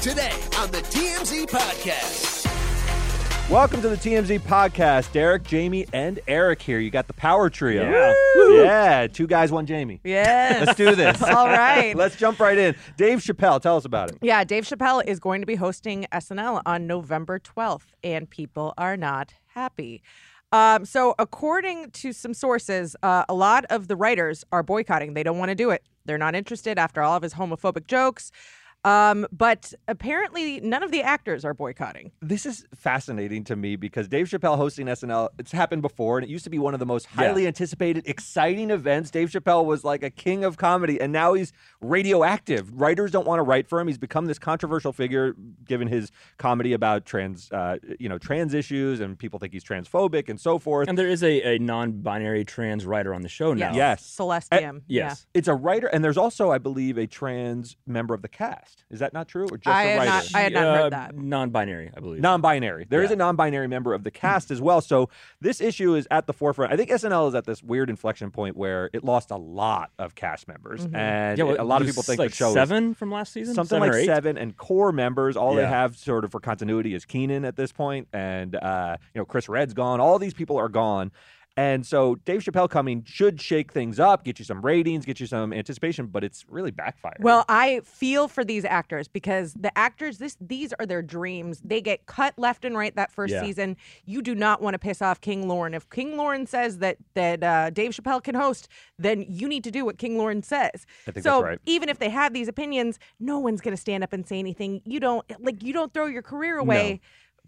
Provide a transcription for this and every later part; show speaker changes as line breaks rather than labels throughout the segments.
today on the TMZ Podcast.
Welcome to the TMZ podcast. Derek, Jamie, and Eric here. You got the power trio.
Yeah.
Yeah, two guys, one Jamie.
Yes.
Let's do this.
All right.
Let's jump right in. Dave Chappelle, tell us about it.
yeah, Dave Chappelle is going to be hosting SNL on November 12th, and people are not happy. Um, so, according to some sources, uh, a lot of the writers are boycotting. They don't want to do it. They're not interested after all of his homophobic jokes. Um, but apparently, none of the actors are boycotting.
This is fascinating to me because Dave Chappelle hosting SNL, it's happened before, and it used to be one of the most highly anticipated, exciting events. Dave Chappelle was like a king of comedy, and now he's radioactive. Writers don't want to write for him. He's become this controversial figure, given his comedy about trans, uh, you know, trans issues, and people think he's transphobic and so forth.
And there is a, a non-binary trans writer on the show now.
Yes.
Yes. Eh,
Celestium. Yeah.
Yes.
It's a writer, and there's also, I believe, a trans member of the cast. Is that not true, or just
I
a
am
writer?
not- I had not heard that.
uh, Non-binary, I believe.
non-binary. There is
Yeah.
a non-binary member of the
Mm-hmm.
cast as well. So this issue is at the forefront. I think SNL is at this weird inflection point where it lost a lot of cast members,
Mm-hmm.
and
well,
a lot of
it
people
was
think
like
the show is
seven from last season,
something
Seven
like
or eight?
seven and core members all they
Yeah.
have sort of for continuity is keenan at this point and uh, you know chris red's gone all these people are gone and so dave chappelle coming should shake things up get you some ratings get you some anticipation but it's really backfired
Well, I feel for these actors because the actors, this these are their dreams. They get cut left and right that first
Yeah.
season. You do not want to piss off King Lauren. If King Lauren says that that uh, Dave Chappelle can host, then you need to do what King Lauren says.
I think
so
that's right.
even if they have these opinions, no one's going to stand up and say anything. You don't like you don't throw your career away.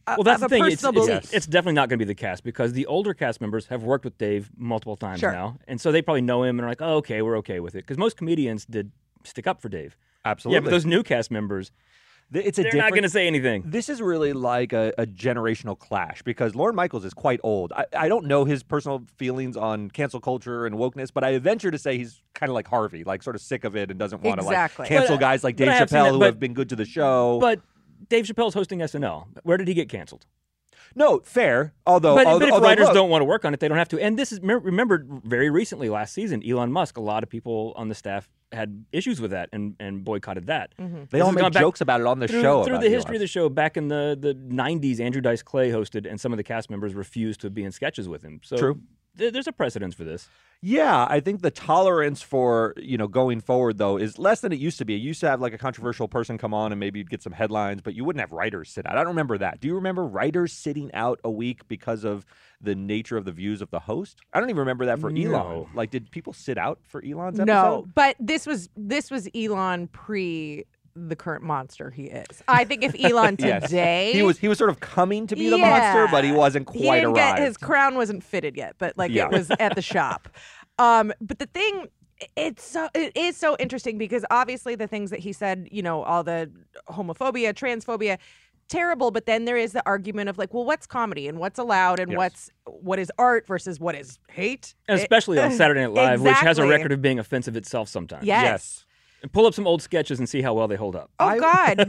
uh,
Well, that's
of
the thing.
A
It's,
personal
it's,
belief.
it's definitely not going to be the cast because the older cast members have worked with Dave multiple times
Sure.
now, and so they probably know him and are like, "Oh, okay, we're okay with it." Because most comedians did stick up for Dave.
absolutely
Yeah, but those new cast members,
Th- it's a
they're
different
not going to say anything.
This is really like a, a generational clash because Lauren Michaels is quite old. I, I don't know his personal feelings on cancel culture and wokeness, but I venture to say he's kind of like Harvey, like sort of sick of it and doesn't want to
Exactly.
like cancel
But, uh,
guys like
but
Dave
I have seen
Chappelle
that,
who
but-
have been good to the show.
But Dave Chappelle's hosting SNL. Where did he get canceled?
no, fair. Although,
But,
although,
but if
although,
writers
look,
don't want to work on it, they don't have to. And this is me- remember very recently last season, Elon Musk. A lot of people on the staff had issues with that and, and boycotted that.
Mm-hmm.
they
This
all
has
make
gone back
jokes about it on the
through,
show
through
about
the
Elon.
history of the show. Back in the the '90s, Andrew Dice Clay hosted, and some of the cast members refused to be in sketches with him. So
True.
th- there's a precedence for this.
Yeah, I think the tolerance for you know going forward though is less than it used to be. You used to have like a controversial person come on and maybe you'd get some headlines, but you wouldn't have writers sit out. I don't remember that. Do you remember writers sitting out a week because of the nature of the views of the host? I don't even remember that for Elon.
No.
Like, did people sit out for Elon's
No,
episode?
but this was this was Elon pre the current monster he is. I think if Elon
Yes.
today
He was he was sort of coming to be the monster,
Yeah.
but he wasn't
He
quite
didn't
arrived.
Get, his crown wasn't fitted yet, but like
Yeah.
it was at the shop. Um, but the thing, it's so it is so interesting because obviously the things that he said, you know, all the homophobia, transphobia, terrible. But then there is the argument of like, well, what's comedy and what's allowed and
Yes.
what's what is art versus what is hate,
And especially on Saturday Night Live, which has a
Eh, Exactly.
record of being offensive itself sometimes.
Yes.
And pull up some old sketches and see how well they hold up.
Oh
I-
God!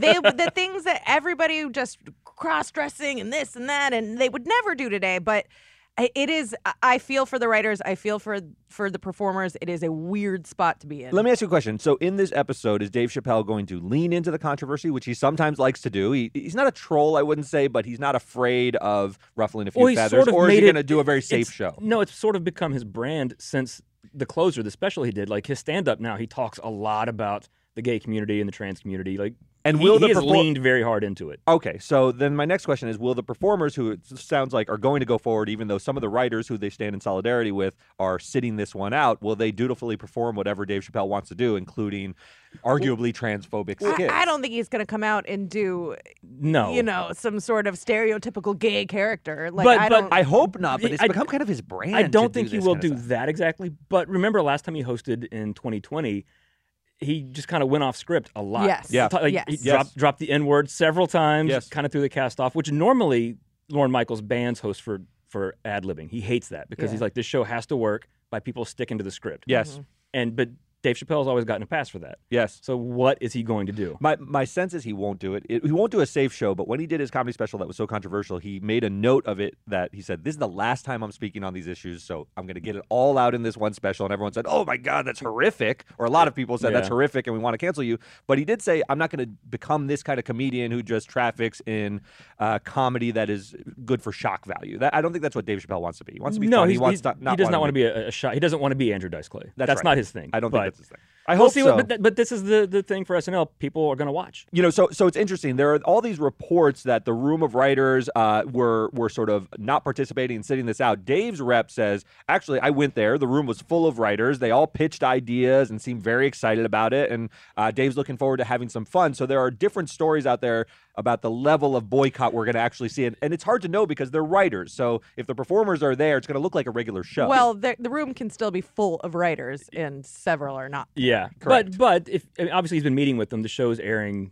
They the things that everybody just cross dressing and this and that, and they would never do today. But I- it is. I- I feel for the writers. I feel for for the performers. It is a weird spot to be in.
Let me ask you a question. So, in this episode, is Dave Chappelle going to lean into the controversy, which he sometimes likes to do? He, he's not a troll, I wouldn't say, but he's not afraid of ruffling a few
Well, he's
feathers.
sort of
or is
made
he
it-
going to do a very safe
it's-
show?
No, it's sort of become his brand since the closer, the special he did. Like his stand up now, he talks a lot about the gay community and the trans community. Like,
And
he-
will
he,
the
has
perfor-
leaned very hard into it.
Okay, so then my next question is Will the performers, who it sounds like are going to go forward, even though some of the writers who they stand in solidarity with are sitting this one out, will they dutifully perform whatever Dave Chappelle wants to do, including arguably transphobic
I,
skits?
I don't think he's going to come out and do
No,
you know some sort of stereotypical gay character. Like
But-
I
but
don't.
I hope not, but it's
I-
become kind of his brand.
I
to
don't think he
this
will
kind of
do
stuff.
that exactly. But remember, last time he hosted in 2020, he just kind of went off script a lot.
Yes.
Yeah.
Like,
Yes.
He
Yes.
Dropped, dropped the N word several times,
Yes.
kind of threw the cast off, which normally Lauren Michaels bans hosts for, for ad libbing. He hates that because
Yeah. Mm-hmm.
he's like, this show has to work by people sticking to the script.
Yes.
And, but Dave Chappelle's always gotten a pass for that.
Yes.
So what is he going to do?
My my sense is he won't do it. it. He won't do a safe show. But when he did his comedy special that was so controversial, he made a note of it that he said, "This is the last time I'm speaking on these issues, so I'm going to get it all out in this one special." And everyone said, "Oh my god, that's horrific," or a lot of people said, "That's
Yeah.
horrific," and we want to cancel you. But he did say, "I'm not going to become this kind of comedian who just traffics in uh, comedy that is good for shock value." That I don't think that's what Dave Chappelle wants to be. He wants to be funny.
he's-
He wants
he's-
to not.
he does not
want
want to be a, a shot. He doesn't want to be Andrew Dice Clay.
That's
That's,
right.
not his thing.
I don't
but
think that's his thing. I
we'll
hope
see.
so.
What, but, th- but this is the, the thing for SNL. People are going to watch.
you know, so so it's interesting. There are all these reports that the room of writers uh, were were sort of not participating and sitting this out. Dave's rep says, actually, I went there. The room was full of writers. They all pitched ideas and seemed very excited about it. And uh, Dave's looking forward to having some fun. So there are different stories out there about the level of boycott we're going to actually see, and, and it's hard to know because they're writers. So if the performers are there, it's going to look like a regular show.
Well, the, the room can still be full of writers, and several are not.
Yeah,
Correct.
But but if I mean, obviously he's been meeting with them. The show's airing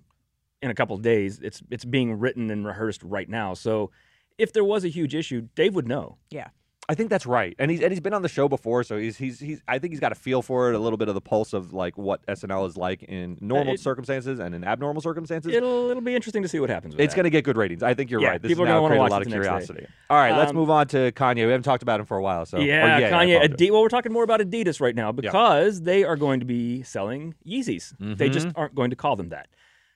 in a couple of days. It's it's being written and rehearsed right now. So if there was a huge issue, Dave would know.
Yeah.
I think that's right, and he's and he's been on the show before, so he's he's he's. I think he's got a feel for it, a little bit of the pulse of like what SNL is like in normal
it-
circumstances and in abnormal circumstances.
It'll it'll be interesting to see what happens. With
it's
that.
going to get good ratings. I think you're
Yeah,
right. This
people
is
are gonna
now
wanna
create a
watch
lot
it
of
the next day.
curiosity. All right, let's
Um,
move on to Kanye. We haven't talked about him for a while, so or
Yeah,
Ye, Oh, I
Kanye.
apologize.
Adi- well, we're talking more about Adidas right now because they are going to be selling Yeezys. They just
Mm-hmm.
aren't going to call them that.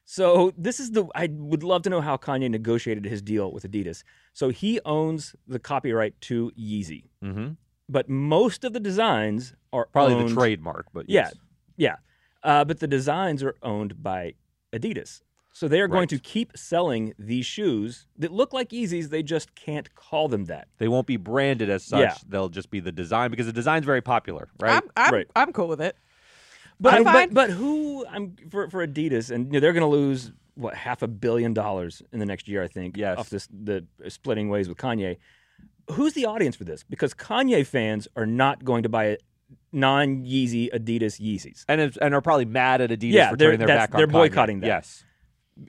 So this is the. I would love to know how Kanye negotiated his deal with Adidas. So he owns the copyright to Yeezy,
Mhm.
but most of the designs are
Probably
owned-
the trademark, but
Yeah,
yes.
yeah. Uh, but the designs are owned by Adidas. So they are going
Right.
to keep selling these shoes that look like Yeezys. They just can't call them that.
they won't be branded as such.
Yeah.
They'll just be the design because the design's very popular, right?
I'm, I'm,
right.
I'm cool with it.
But,
I'm
but-
fine.
but who I'm for for Adidas and you know, they're going to lose what half a billion dollars in the next year I think
Yes.
off this the uh, splitting ways with Kanye. Who's the audience for this? Because Kanye fans are not going to buy non Yeezy Adidas Yeezys.
and it's, and are probably mad at Adidas
Yeah,
for
they're-
turning their
that's-
back on.
they're
Kanye.
boycotting that.
Yes,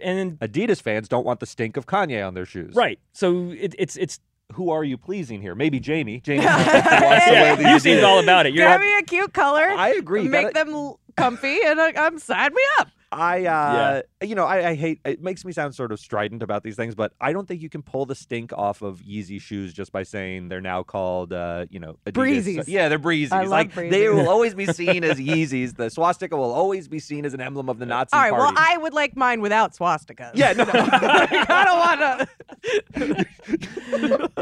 And
Adidas fans don't want the stink of Kanye on their shoes.
right, so it, it's it's
who are you pleasing here? Maybe Jamie. Jamie wants to wear these
you seemed
jeans.
all about it. You're
Grab me a cute color.
I agree. You
Make
gotta-
them l- comfy, and I, I'm sign me up.
I, uh, you know, I, I hate. It makes me sound sort of strident about these things, but I don't think you can pull the stink off of Yeezy shoes just by saying they're now called, uh, you know, Adidas.
Breezes.
Yeah, they're breezies.
I love
like they
breezies.
will always be seen as Yeezys. The swastika will always be seen as an emblem of the Nazi
All right.
party.
Well, I would like mine without swastikas.
yeah, no.
I don't want to.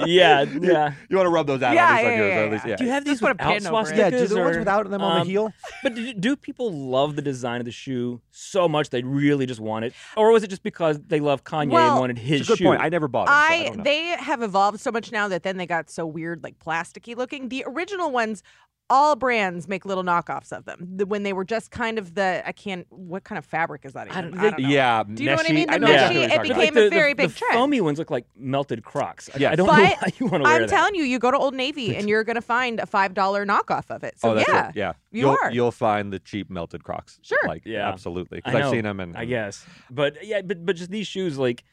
yeah, yeah.
you want to rub those out?
Yeah,
at least on
yeah,
yours,
yeah,
or at least,
yeah.
yeah.
Do you have
Just
these
put a
without
pin over it.
swastikas?
yeah, do the ones
or,
without them on
um,
the heel?
But do, do people love the design of the shoe so much they really just want it, or was it just because they love Kanye
Well,
and wanted his
It's a good
shoe?
point. I never bought them. so I,
I
don't know.
they have evolved so much now that then they got so weird, like plasticky looking. The original ones, all brands make little knockoffs of them. The- when they were just kind of the I can't. What kind of fabric is that? Even? I
don't-
don't,
they-
know.
Yeah,
Do you know what I
meshy-
mean? The
know exactly
meshy-
what you're
it
talking about.
became
Like
a very
the,
big
the
trend.
foamy ones look like melted Crocs. I- I,
Yes.
don't know
But
why you want to wear
I'm
that.
telling you, you go to Old Navy and you're gonna find a five dollar knockoff of it. So
oh, that's
yeah,
right. Yeah,
you
will
are.
You'll find the cheap melted Crocs.
Sure.
Like,
Yeah.
absolutely.
I
Because I've
know,
seen them, and
I guess, but yeah, but but just these shoes, like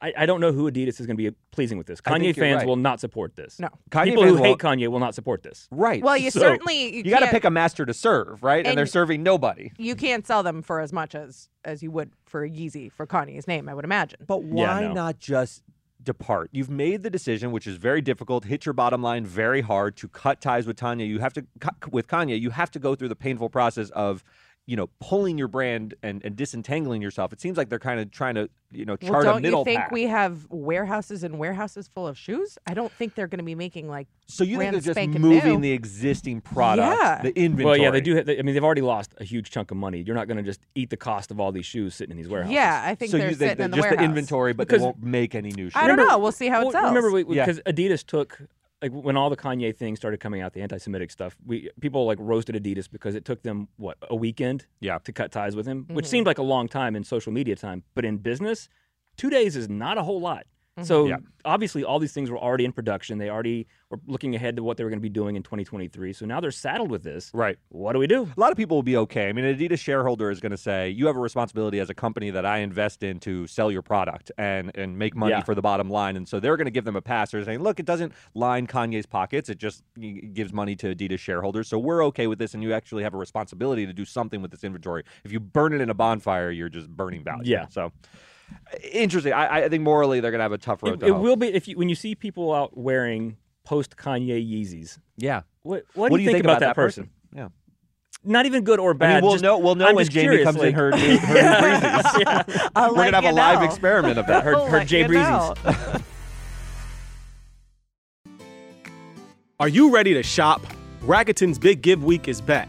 I, I don't know who Adidas is going to be pleasing with this.
I think
Kanye
you're
fans
right.
will not support this.
No.
Kanye
people
fans
who hate
won't-
Kanye will not support this.
right.
Well, you
So
certainly you,
you got to
can't-
pick a master to serve, right? And, they're
And-
serving nobody.
You can't sell them for as much as as you would for a Yeezy for Kanye's name, I would imagine.
But why
no.
not just depart? You've made the decision, which is very difficult. Hit your bottom line very hard to cut ties with Tanya. You have to cu- with Kanye. You have to go through the painful process of. You know, pulling your brand and, and disentangling yourself. It seems like they're kind of trying to, you know,
Well,
chart a
don't
middle
you think
path.
we have warehouses and warehouses full of shoes? I don't think they're going to be making like.
so you think
brand
they're just
spanking
moving
new?
the existing products,
Yeah.
the inventory?
Well, yeah, they do. Have, they, I mean, they've already lost a huge chunk of money. You're not going to just eat the cost of all these shoes sitting in these warehouses.
Yeah, I think
so
they're
you
sitting
think that
in the
just
warehouse.
the inventory, but
Because-
they won't make any new shoes.
I don't know. We'll see how it
Well,
sells.
Remember,
Yeah.
because Adidas took like when all the Kanye things started coming out, the anti-Semitic stuff. We people like roasted Adidas because it took them what a weekend,
Yeah.
to cut ties with him, which
Mm-hmm.
seemed like a long time in social media time, but in business, two days is not a whole lot. So
Yeah.
Mm-hmm.
obviously, all these things were already in production. They already were looking ahead to what they were going to be doing in 2023. So now they're saddled with this.
Right.
What do we do?
A lot of people will be okay. I mean, an Adidas shareholder is going to say, you have a responsibility as a company that I invest in to sell your product and, and make money
Yeah.
for the bottom line. And so they're going to give them a pass. They're saying, look, it doesn't line Kanye's pockets. It just mm, gives money to Adidas shareholders. So we're okay with this. And you actually have a responsibility to do something with this inventory. If you burn it in a bonfire, you're just burning value.
Yeah.
So interesting. I, I think morally, they're going to have a tough road
It,
to
it
hoe.
will be if you when you see people out wearing post Kanye Yeezys.
Yeah.
What, what, do you think, about, that person?
Yeah.
Not even good or bad.
I mean, we'll
just-
know. We'll know
I'm
when
just
Jamie
curious,
comes in
like-
her, new- her new breezes.
I'll
We're
let
gonna have
you
a live
know.
experiment of that.
her-
I'll
her
let
Jay
you know.
Are you ready to shop? Rakuten's Big Give Week is back.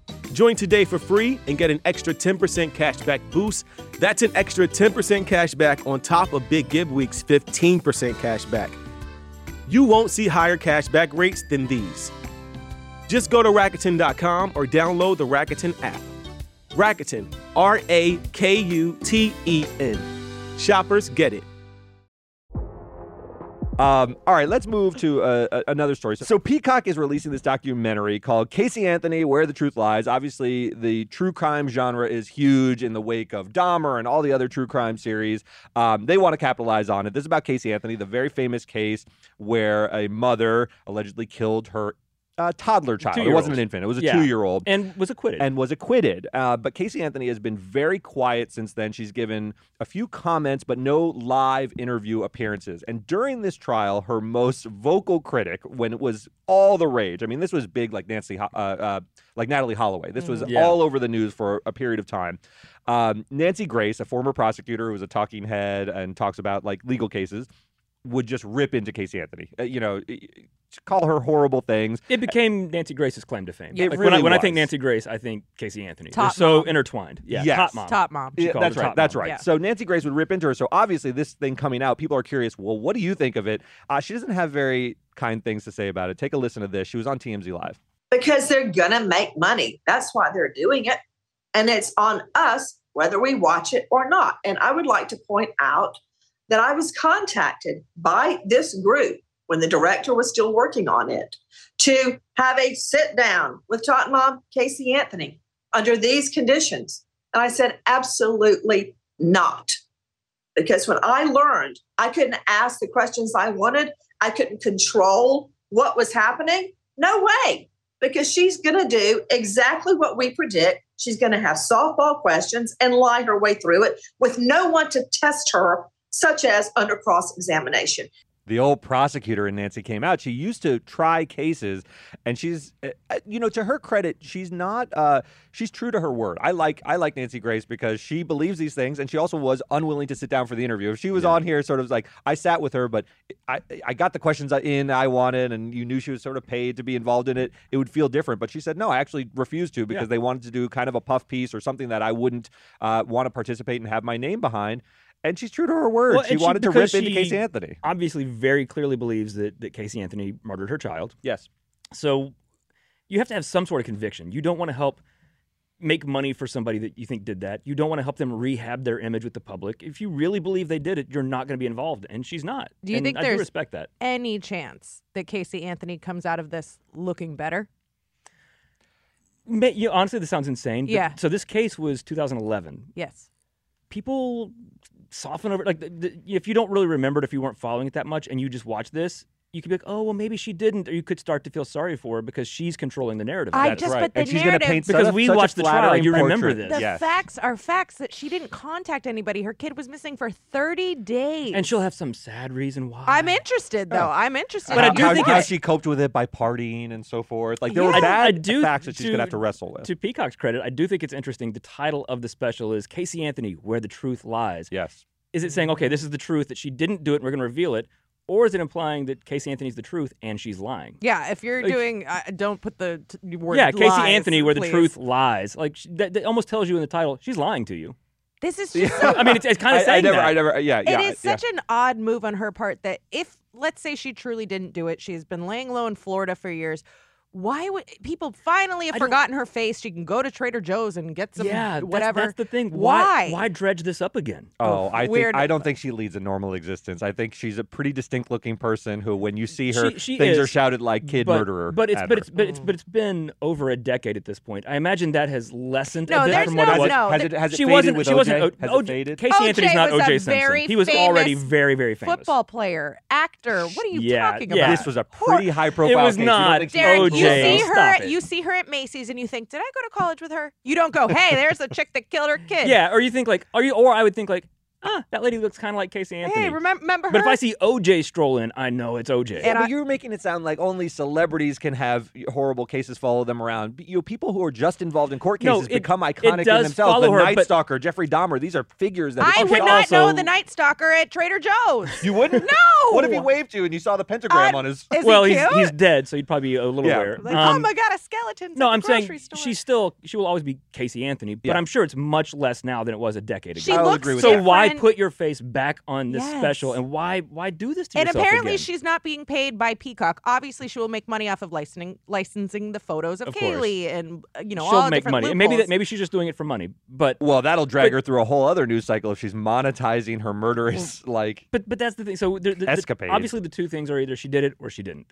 Join today for free and get an extra 10% cashback boost. That's an extra 10% cashback on top of Big Give Week's 15% cashback you won't see higher cashback rates than these. Just go to Rakuten.com or download the Rakuten app. Rakuten, R A K U T E N. Shoppers get it.
Um, all right, let's move to uh, a- another story. So, so Peacock is releasing this documentary called Casey Anthony: Where the Truth Lies. Obviously, the true crime genre is huge in the wake of Dahmer and all the other true crime series. Um, they want to capitalize on it. This is about Casey Anthony, the very famous case where a mother allegedly killed her uh, toddler child. It
Two-year-old.
wasn't an infant; it was a
Yeah.
two-year-old.
and was acquitted.
and was acquitted. Uh, but Casey Anthony has been very quiet since then. She's given a few comments, but no live interview appearances. And during this trial, her most vocal critic, when it was all the rage, I mean, this was big, like Nancy, Ho- uh, uh, like Natalie Holloway. This was
Mm-hmm. Yeah.
all over the news for a period of time. Um, Nancy Grace, a former prosecutor who was a talking head and talks about like legal cases. Would just rip into Casey Anthony, uh, you know, i- i- call her horrible things.
it became Nancy Grace's claim to fame.
It
Like, when I,
really
when I think
was.
Nancy Grace, I think Casey Anthony.
Top
They're so
mom.
intertwined. Yeah,
Yes.
top mom.
Top mom.
She
Yeah,
called
that's
her
right.
top
That's
mom.
right.
Yeah.
So Nancy Grace would rip into her. So obviously, this thing coming out, people are curious. Well, what do you think of it? Uh, she doesn't have very kind things to say about it. Take a listen to this. She was on TMZ Live.
because they're going to make money. That's why they're doing it. And it's on us whether we watch it or not. And I would like to point out that I was contacted by this group when the director was still working on it to have a sit down with Tot Mom Casey Anthony under these conditions. And I said, absolutely not. Because when I learned I couldn't ask the questions I wanted, I couldn't control what was happening. No way because she's going to do exactly what we predict. She's going to have softball questions and lie her way through it with no one to test her, such as under cross examination.
The old prosecutor in Nancy came out. She used to try cases, and she's, uh, uh, you know, to her credit, she's not. Uh, she's true to her word. I like I like Nancy Grace because she believes these things, and she also was unwilling to sit down for the interview. If she was on here, sort of like I sat with her, but I I got the questions in I wanted, and you knew she was sort of paid to be involved in it. It would feel different, but she said no. I actually refused to because they wanted to do kind of a puff piece or something that I wouldn't uh, want to participate and have my name behind. And she's true to her word.
Well,
she
and she-
wanted to rip
because
into
she-
Casey Anthony.
Obviously, very clearly believes that, that Casey Anthony murdered her child.
Yes.
So you have to have some sort of conviction. You don't want to help make money for somebody that you think did that. You don't want to help them rehab their image with the public. If you really believe they did it, you're not going to be involved, and she's not.
Do you
And
think
I do
there's-
respect that?
Any chance that Casey Anthony comes out of this looking better?
Ma- you know, honestly, this sounds insane. but-
Yeah.
So this case was 2011.
Yes.
People soften over. Like, the, the, if you don't really remember it, if you weren't following it that much, and you just watch this, you could be like, "Oh, well, maybe she didn't," or you could start to feel sorry for her because she's controlling the narrative.
I
That's
just-
right.
but the
and she's gonna
narrative-
paint
Because
such-
we
such a
watched the trial,
flattering
you remember
portrait.
this.
The
Yes.
facts are facts that she didn't contact anybody. Her kid was missing for 30 days.
and she'll have some sad reason why.
I'm interested though. I'm interested.
But I
how,
in
do
how-
how-
think
how
it's-
she coped with it by partying and so forth. Like there were
Yeah. I-
bad
I do-
facts that she's gonna have to
to-
wrestle with.
To Peacock's credit, I do think it's interesting. The title of the special is Casey Anthony, Where the Truth Lies.
yes.
Is it saying, okay, this is the truth that she didn't do it, and we're going to reveal it? Or is it implying that Casey Anthony's the truth and she's lying?
Yeah, if you're
Like-
doing, uh, don't put the t- word.
yeah, Casey
lies,
Anthony, where the
please.
truth lies. Like sh- that, that almost tells you in the title, she's lying to you.
This is
Yeah.
just. so-
I mean, it's, it's kind of
I,
saying
I never,
that.
I never, yeah,
It
yeah,
is such an odd move on her part that if, let's say, she truly didn't do it, she has been laying low in Florida for years. Why would people finally have
I don't-
forgotten her face? She can go to Trader Joe's and get some
yeah, that's-
whatever.
That's, the thing.
Why?
Why dredge this up again?
Oh, I
weird.
think I don't think she leads a normal existence. I think she's a pretty distinct looking person who, when you see her,
She- she
things are
is,
shouted like "kid
but,
murderer."
But it's
at
but
her.
it's but it's but
Oh.
it's been over a decade at this point. I imagine that has lessened
No,
a bit
there's
from what it
no-
was.
no.
has
th-
it has it
She
faded
wasn't.
with
She
OJ?
wasn't. O-
has
O-
it faded?
Casey
OJ
Anthony's not
was a
OJ Simpson.
very
he was already
famous
very very famous.
Football player, actor. What are you
Yeah,
talking
yeah.
about?
This was a pretty high profile.
was
case. You don't
not
think she Oh,
Derek,
was
you
OJ.
see her.
oh, Stop it.
You see her at Macy's, and you think, "Did I go to college with her?" You don't go, "Hey, there's the chick that killed her kid."
Yeah, or you think like, are you? Or I would think like, ah, that lady looks kind of like Casey Anthony.
Hey, remember, remember her?
But if I see OJ stroll in, I know it's OJ.
And
Yeah,
I-
but you're making it sound like only celebrities can have horrible cases follow them around. B- You know, people who are just involved in court
No,
cases
it-
become
it
iconic in
does
themselves.
follow
the
her,
Night
but-
Stalker, Jeffrey Dahmer. These are figures that
I
become
Okay,
would not know
also-
the Night Stalker at Trader Joe's.
You wouldn't?
No.
What if he waved you and you saw the pentagram
I-
on his?
Is
well,
he
he's
cute?
he's dead, so you'd probably be a little
Yeah.
aware.
Like, oh
Um,
my god, a skeleton! at
no,
the
I'm saying
grocery store.
she's still she will always be Casey Anthony, but
Yeah.
I'm sure it's much less now than it was a decade ago.
She
I would
looks
agree with
so
that.
different,
why put your face back on this
Yes.
special and why why do this to
And
yourself
apparently,
again?
she's not being paid by Peacock. Obviously, she will make money off of licensing licensing the photos of,
Of course.
Kaylee, and uh, you know all
she'll
the
make
different
money. And maybe
loopholes.
that maybe she's just doing it for money. But
Well, that'll drag
But-
her through a whole other news cycle if she's monetizing her murderous
Mm.
like.
but but that's the thing. So there, the, the-
Escapade.
obviously the two things are either she did it or she didn't.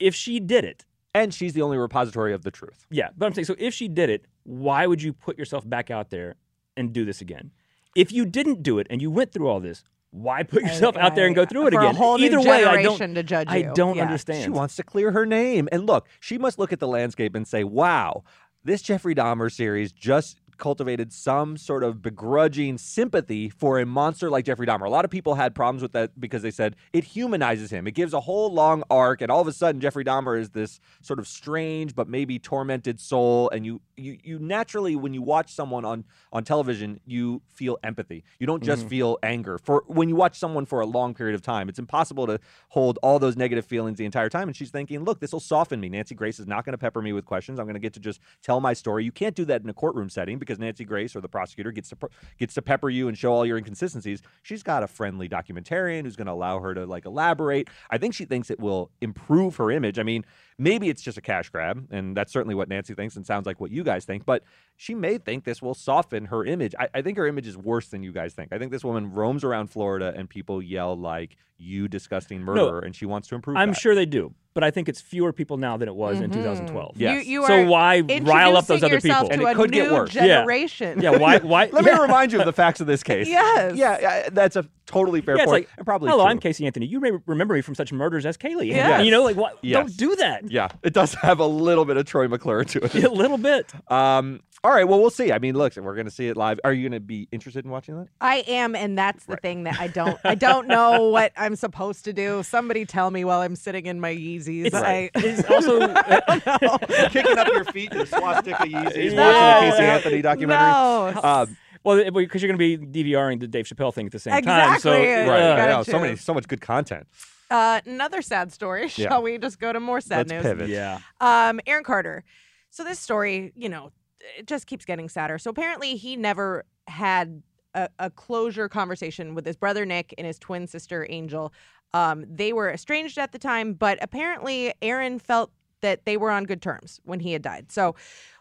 If she did it,
And she's the only repository of the truth.
yeah. But I'm saying so if she did it, why would you put yourself back out there and do this again? If you didn't do it and you went through all this, why put yourself out there and go through it
For
again?
A whole
either
new
way, I
generation
don't.
to judge
I
you.
don't
Yeah.
understand.
She wants to clear her name. And look, she must look at the landscape and say, wow, this Jeffrey Dahmer series just cultivated some sort of begrudging sympathy for a monster like Jeffrey Dahmer. A lot of people had problems with that because they said it humanizes him. It gives a whole long arc and all of a sudden Jeffrey Dahmer is this sort of strange but maybe tormented soul and you you you naturally when you watch someone on on television you feel empathy. You don't just feel anger. For when you watch someone for a long period of time, it's impossible to hold all those negative feelings the entire time and she's thinking, "Look, this will soften me. Nancy Grace is not going to pepper me with questions. I'm going to get to just tell my story." You can't do that in a courtroom setting because Nancy Grace or the prosecutor gets to pr- gets to pepper you and show all your inconsistencies. She's got a friendly documentarian who's going to allow her to like elaborate. I think she thinks it will improve her image. I mean, maybe it's just a cash grab, and that's certainly what Nancy thinks and sounds like what you guys think, but she may think this will soften her image. I, I think her image is worse than you guys think. I think this woman roams around Florida and people yell like you disgusting murderer and she wants to improve
I'm
that.
sure they do, but I think it's fewer people now than it was in 2012.
Yes.
Mm-hmm. You, you
so
are
why rile up
introducing
those other people?
yourself
And
to
it
a
could
new
get worse. Yeah.
Generation.
yeah, why? Why?
Let
yeah.
me remind you of the facts of this case.
Yes.
Yeah, yeah, that's a totally fair
Yeah, it's
point.
like,
and probably
hello,
true.
I'm Casey Anthony. You may remember me from such murders as Kaylee.
Yes.
You know, like, why,
Yes.
don't do that.
Yeah, it does have a little bit of Troy McClure to it.
A little bit.
Um, all right, well, we'll see. I mean, look, we're going to see it live. Are you going to be interested in watching that?
I am, and that's the thing that I don't. I don't know what I'm supposed to do. Somebody tell me while I'm sitting in my Yeezys.
It's,
I,
it's also uh,
Kicking up your feet in your swastika Yeezys,
No.
watching the Casey Anthony documentary.
No.
Uh,
Um,
well because you're going to be DVRing the Dave Chappelle thing at the same time. So
Exactly.
right,
Got
yeah,
you.
so many, so much good content.
Uh, another sad story.
Yeah.
Shall we just go to more sad
Let's
news?
pivot.
yeah.
Um, Aaron Carter. So this story, you know, it just keeps getting sadder. So apparently, he never had a, a closure conversation with his brother Nick and his twin sister Angel. Um, they were estranged at the time, but apparently, Aaron felt that they were on good terms when he had died. So.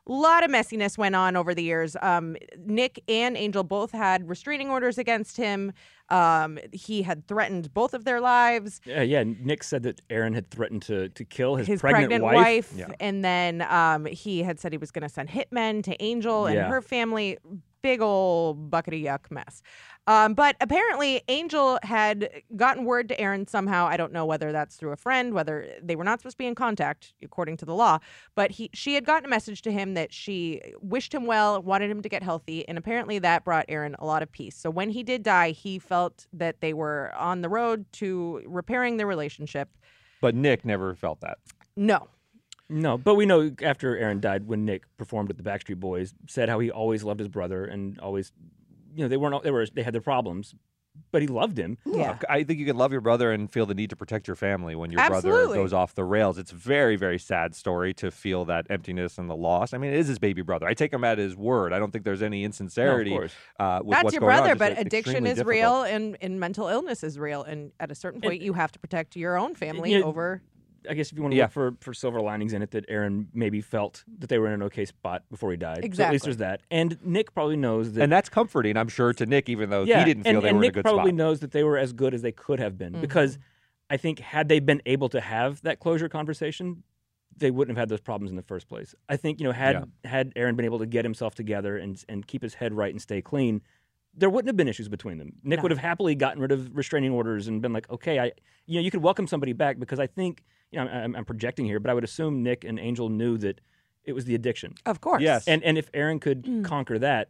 A lot of messiness went on over the years. Um, Nick and Angel both had restraining orders against him. Um, he had threatened both of their lives
yeah. Yeah. Nick said that Aaron had threatened to, to kill his,
his, pregnant, wife,
Yeah.
and then um, he had said he was going to send hitmen to Angel and
Yeah.
her family. Big old bucket of yuck mess. Um, but apparently, Angel had gotten word to Aaron somehow. I don't know whether that's through a friend, whether they were not supposed to be in contact according to the law. But he, she had gotten a message to him that she wished him well, wanted him to get healthy, and apparently that brought Aaron a lot of peace. So when he did die, he felt that they were on the road to repairing their relationship.
But Nick never felt that.
No,
No, but we know after Aaron died, when Nick performed at the Backstreet Boys, said how he always loved his brother and always, you know, they weren't they were they had their problems, but he loved him.
Yeah.
I think you can love your brother and feel the need to protect your family when your brother
Absolutely.
goes off the rails. It's a very, very sad story to feel that emptiness and the loss. I mean, it is his baby brother. I take him at his word. I don't think there's any
No,
insincerity.
of course.
uh, with
That's
what's
your
going on.
brother,
Just
but
it's
addiction
extremely
is
difficult.
real and, and mental illness is real. And at a certain point, you have to protect your own family
yeah,
over.
I guess if you want to
Yeah.
look for, for silver linings in it, that Aaron maybe felt that they were in an okay spot before he died. So at
Exactly.
least there's that. And Nick probably knows that.
And that's comforting, I'm sure, to Nick, even though
yeah,
he didn't feel
and,
they
and
were
Nick
in a good
probably
spot.
knows that they were as good as they could have been because
Mm-hmm.
I think had they been able to have that closure conversation, they wouldn't have had those problems in the first place. I think you know had had Aaron been able to get himself together and and keep his head right and stay clean, there wouldn't have been issues between them. Nick
No.
would have happily gotten rid of restraining orders and been like, okay, I you know you could welcome somebody back because I think you know I'm, I'm projecting here, but I would assume Nick and Angel knew that it was the addiction,
Of course. Mm.
Yes.
and and if Aaron could conquer that,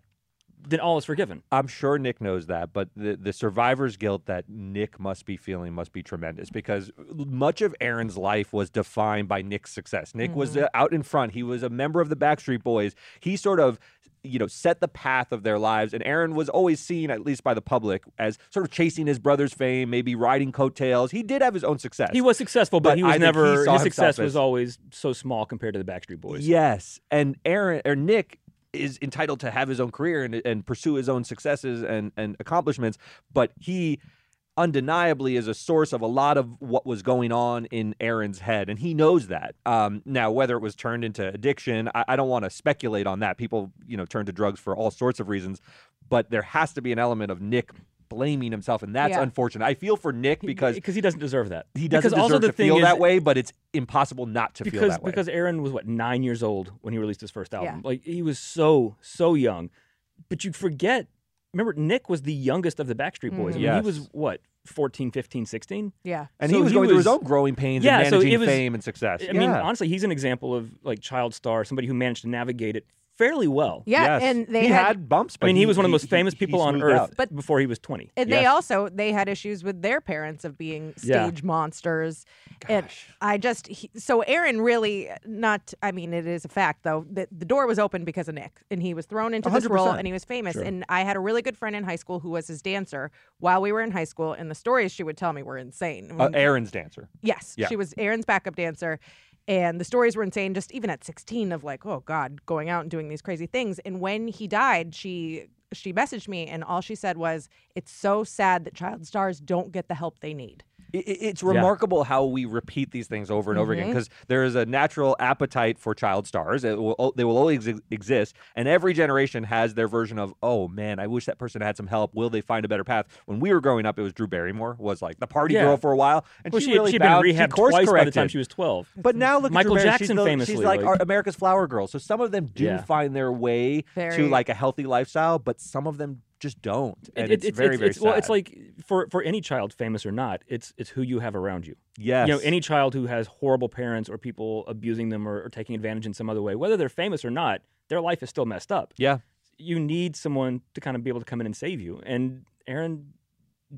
then all is forgiven.
I'm sure Nick knows that, but the, the survivor's guilt that Nick must be feeling must be tremendous because much of Aaron's life was defined by Nick's success. Nick was uh, out in front. He was a member of the Backstreet Boys. He sort of, you know, set the path of their lives. And Aaron was always seen, at least by the public, as sort of chasing his brother's fame, maybe riding coattails. He did have his own success.
He was successful, but,
But
he
I
was
think he
never.
saw
his
himself
success
as-
was always so small compared to the Backstreet Boys.
Yes, and Aaron or Nick is entitled to have his own career and, and pursue his own successes and, and accomplishments, but he undeniably is a source of a lot of what was going on in Aaron's head, and he knows that. Um, now, whether it was turned into addiction, I, I don't want to speculate on that. People, you know, turn to drugs for all sorts of reasons, but there has to be an element of Nick blaming himself, and that's
Yeah.
unfortunate. I feel for Nick because
because he doesn't deserve that.
he doesn't
because also
deserve
the
to
thing
feel
is,
that way, but it's impossible not to
Because
feel that way.
because Aaron was what nine years old when he released his first album.
Yeah.
Like he was so so young, but you forget. Remember, Nick was the youngest of the Backstreet Boys. I mean,
Mm-hmm.
Yes.
He was what 14, 15, 16?
Yeah.
And
So
he was
he
going through his
was-
own growing pains
Yeah,
and
so it
managing
was-
fame and success.
I mean,
Yeah.
honestly, he's an example of like child star, somebody who managed to navigate it fairly well.
Yeah.
Yes.
And they
he
had,
had, bumps. But
I mean, he, was one of the
he-
most famous
he- he
people on
smoothed
earth
out.
But-
before he was 20.
And they
Yes.
also they had issues with their parents of being stage
Yeah.
monsters. And I just he, so Aaron really not. I mean, it is a fact though that the door was open because of Nick, and he was thrown into this role,
100%.
and he was famous. And I had a really good friend in high school who was his dancer while we were in high school, and the stories she would tell me were insane.
Uh, Aaron's dancer.
Yes,
Yeah.
she was Aaron's backup dancer. And the stories were insane, just even at 16, of like, oh God, going out and doing these crazy things. And when he died, she she messaged me, and all she said was, "It's so sad that child stars don't get the help they need."
I- i- It's remarkable how we repeat these things over and over again
Mm-hmm.
because there is a natural appetite for child stars. It will, o- they will always ex- exist, and every generation has their version of, "Oh man, I wish that person had some help. Will they find a better path?" When we were growing up, it was Drew Barrymore was like the party
Yeah.
girl for a while, and
Well,
she,
she,
really
she'd
bowed,
been rehabbed
she course
twice by the
corrected.
time she was 12.
But now look
Michael
at Drew Barry.
Jackson
she's the-
famously,
She's like,
like-
our America's flower girl. So some of them do
Yeah.
find their way to
Very.
like a healthy lifestyle, but some of them just don't. And
It-
it's, very, very sad.
Well, it's like for for any child, famous or not, it's it's who you have around you.
yes.
You know, any child who has horrible parents or people abusing them or, or taking advantage in some other way, whether they're famous or not, their life is still messed up.
yeah.
You need someone to kind of be able to come in and save you. And Aaron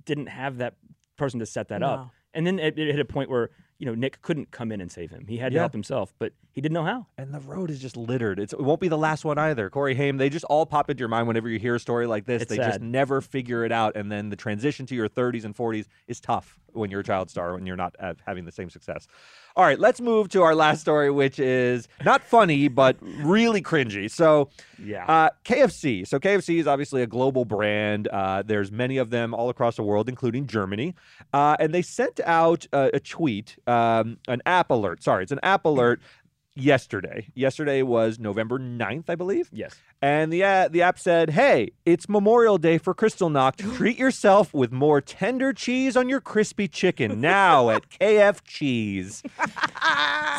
didn't have that person to set that up.
No.
And then it, it hit a point where you know Nick couldn't come in and save him. He had
Yeah.
to help himself, but he didn't know how.
And the road is just littered. It's, it won't be the last one either. Corey Haim, they just all pop into your mind whenever you hear a story like this.
It's
they just
sad.
never figure it out. And then the transition to your 30s and 40s is tough when you're a child star, when you're not uh, having the same success. All right, let's move to our last story, which is not funny, but really cringy. So,
Yeah.
Uh, KFC. So KFC is obviously a global brand. Uh, there's many of them all across the world, including Germany. Uh, and they sent out uh, a tweet, um, an app alert. Sorry, it's an app alert. Yesterday, yesterday was November 9th, I believe,
Yes.
and the uh, the app said, "Hey, it's Memorial Day for Kristallnacht. Treat yourself with more tender cheese on your crispy chicken now at KF Cheese."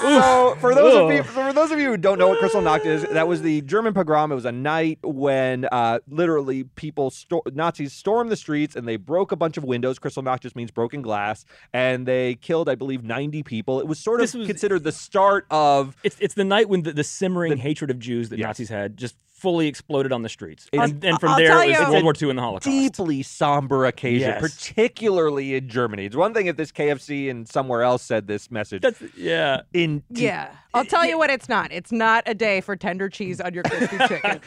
so for those of you, for those of you who don't know what Kristallnacht is, that was the German pogrom. It was a night when uh, literally people sto- Nazis stormed the streets and they broke a bunch of windows. Kristallnacht just means broken glass, and they killed, I believe, ninety people. It was sort of
This was-
considered the start of
It's it's the night when the, the simmering hatred of Jews that Nazis had just fully exploded on the streets.
It's-
and, and from
I'll
there,
tell
it
you-
was
It's
World
a
War II and the Holocaust.
deeply somber occasion,
Yes.
particularly in Germany. It's one thing if this KFC and somewhere else said this message.
That's, yeah.
in
Yeah. I'll tell you what it's not. It's not a day for tender cheese on your crispy chicken.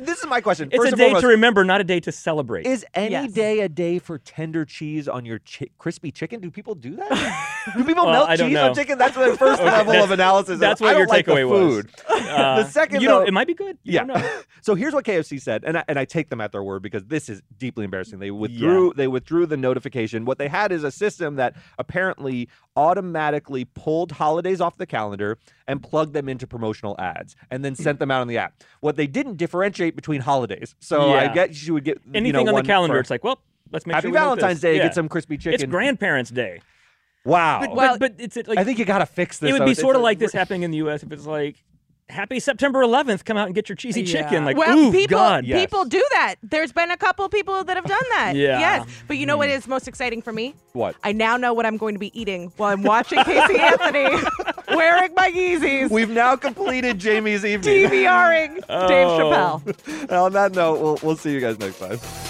this is my question.
It's
First
a
and
day
foremost,
to remember, not a day to celebrate.
Is any
Yes.
day a day for tender cheese on your chi- crispy chicken? Do people do that? do people
Well,
melt
I don't
cheese
know.
on chicken? That's the first
Okay,
level
that's-
of analysis.
that's
I
what
don't
your
like the
takeaway was. Uh,
food. the second,
you know,
though-
it might be good. You
Yeah.
don't know.
So here's what KFC said, and I, and I take them at their word because this is deeply embarrassing. They withdrew they withdrew the notification. What they had is a system that apparently automatically pulled holidays off the calendar and plugged them into promotional ads, and then sent them out on the app. What they didn't differentiate between holidays, so I
Yeah.
guess you would get
Anything
you know,
on the
one
calendar,
for
it's like, well, let's make
Happy
sure we note
Valentine's
this.
Day.
Yeah.
Get some crispy chicken.
It's Grandparents' Day.
Wow.
But,
Well-
but, but it's it, like
I think you got to fix this.
it would
though.
be
It's-
sort of
it's-
like this happening in the U.S. If it's like, "Happy September 11th, come out and get your cheesy chicken." Like,
well,
ooh,
people,
God,
yeah.
people do that. There's been a couple people that have done that.
Yeah.
Yes. But you know what is most exciting for me?
What?
I now know what I'm going to be eating while I'm watching Casey Anthony wearing my Yeezys,
We've now completed Jamie's evening.
DVRing Dave
Oh.
Chappelle.
On that note, we'll, we'll see you guys next time.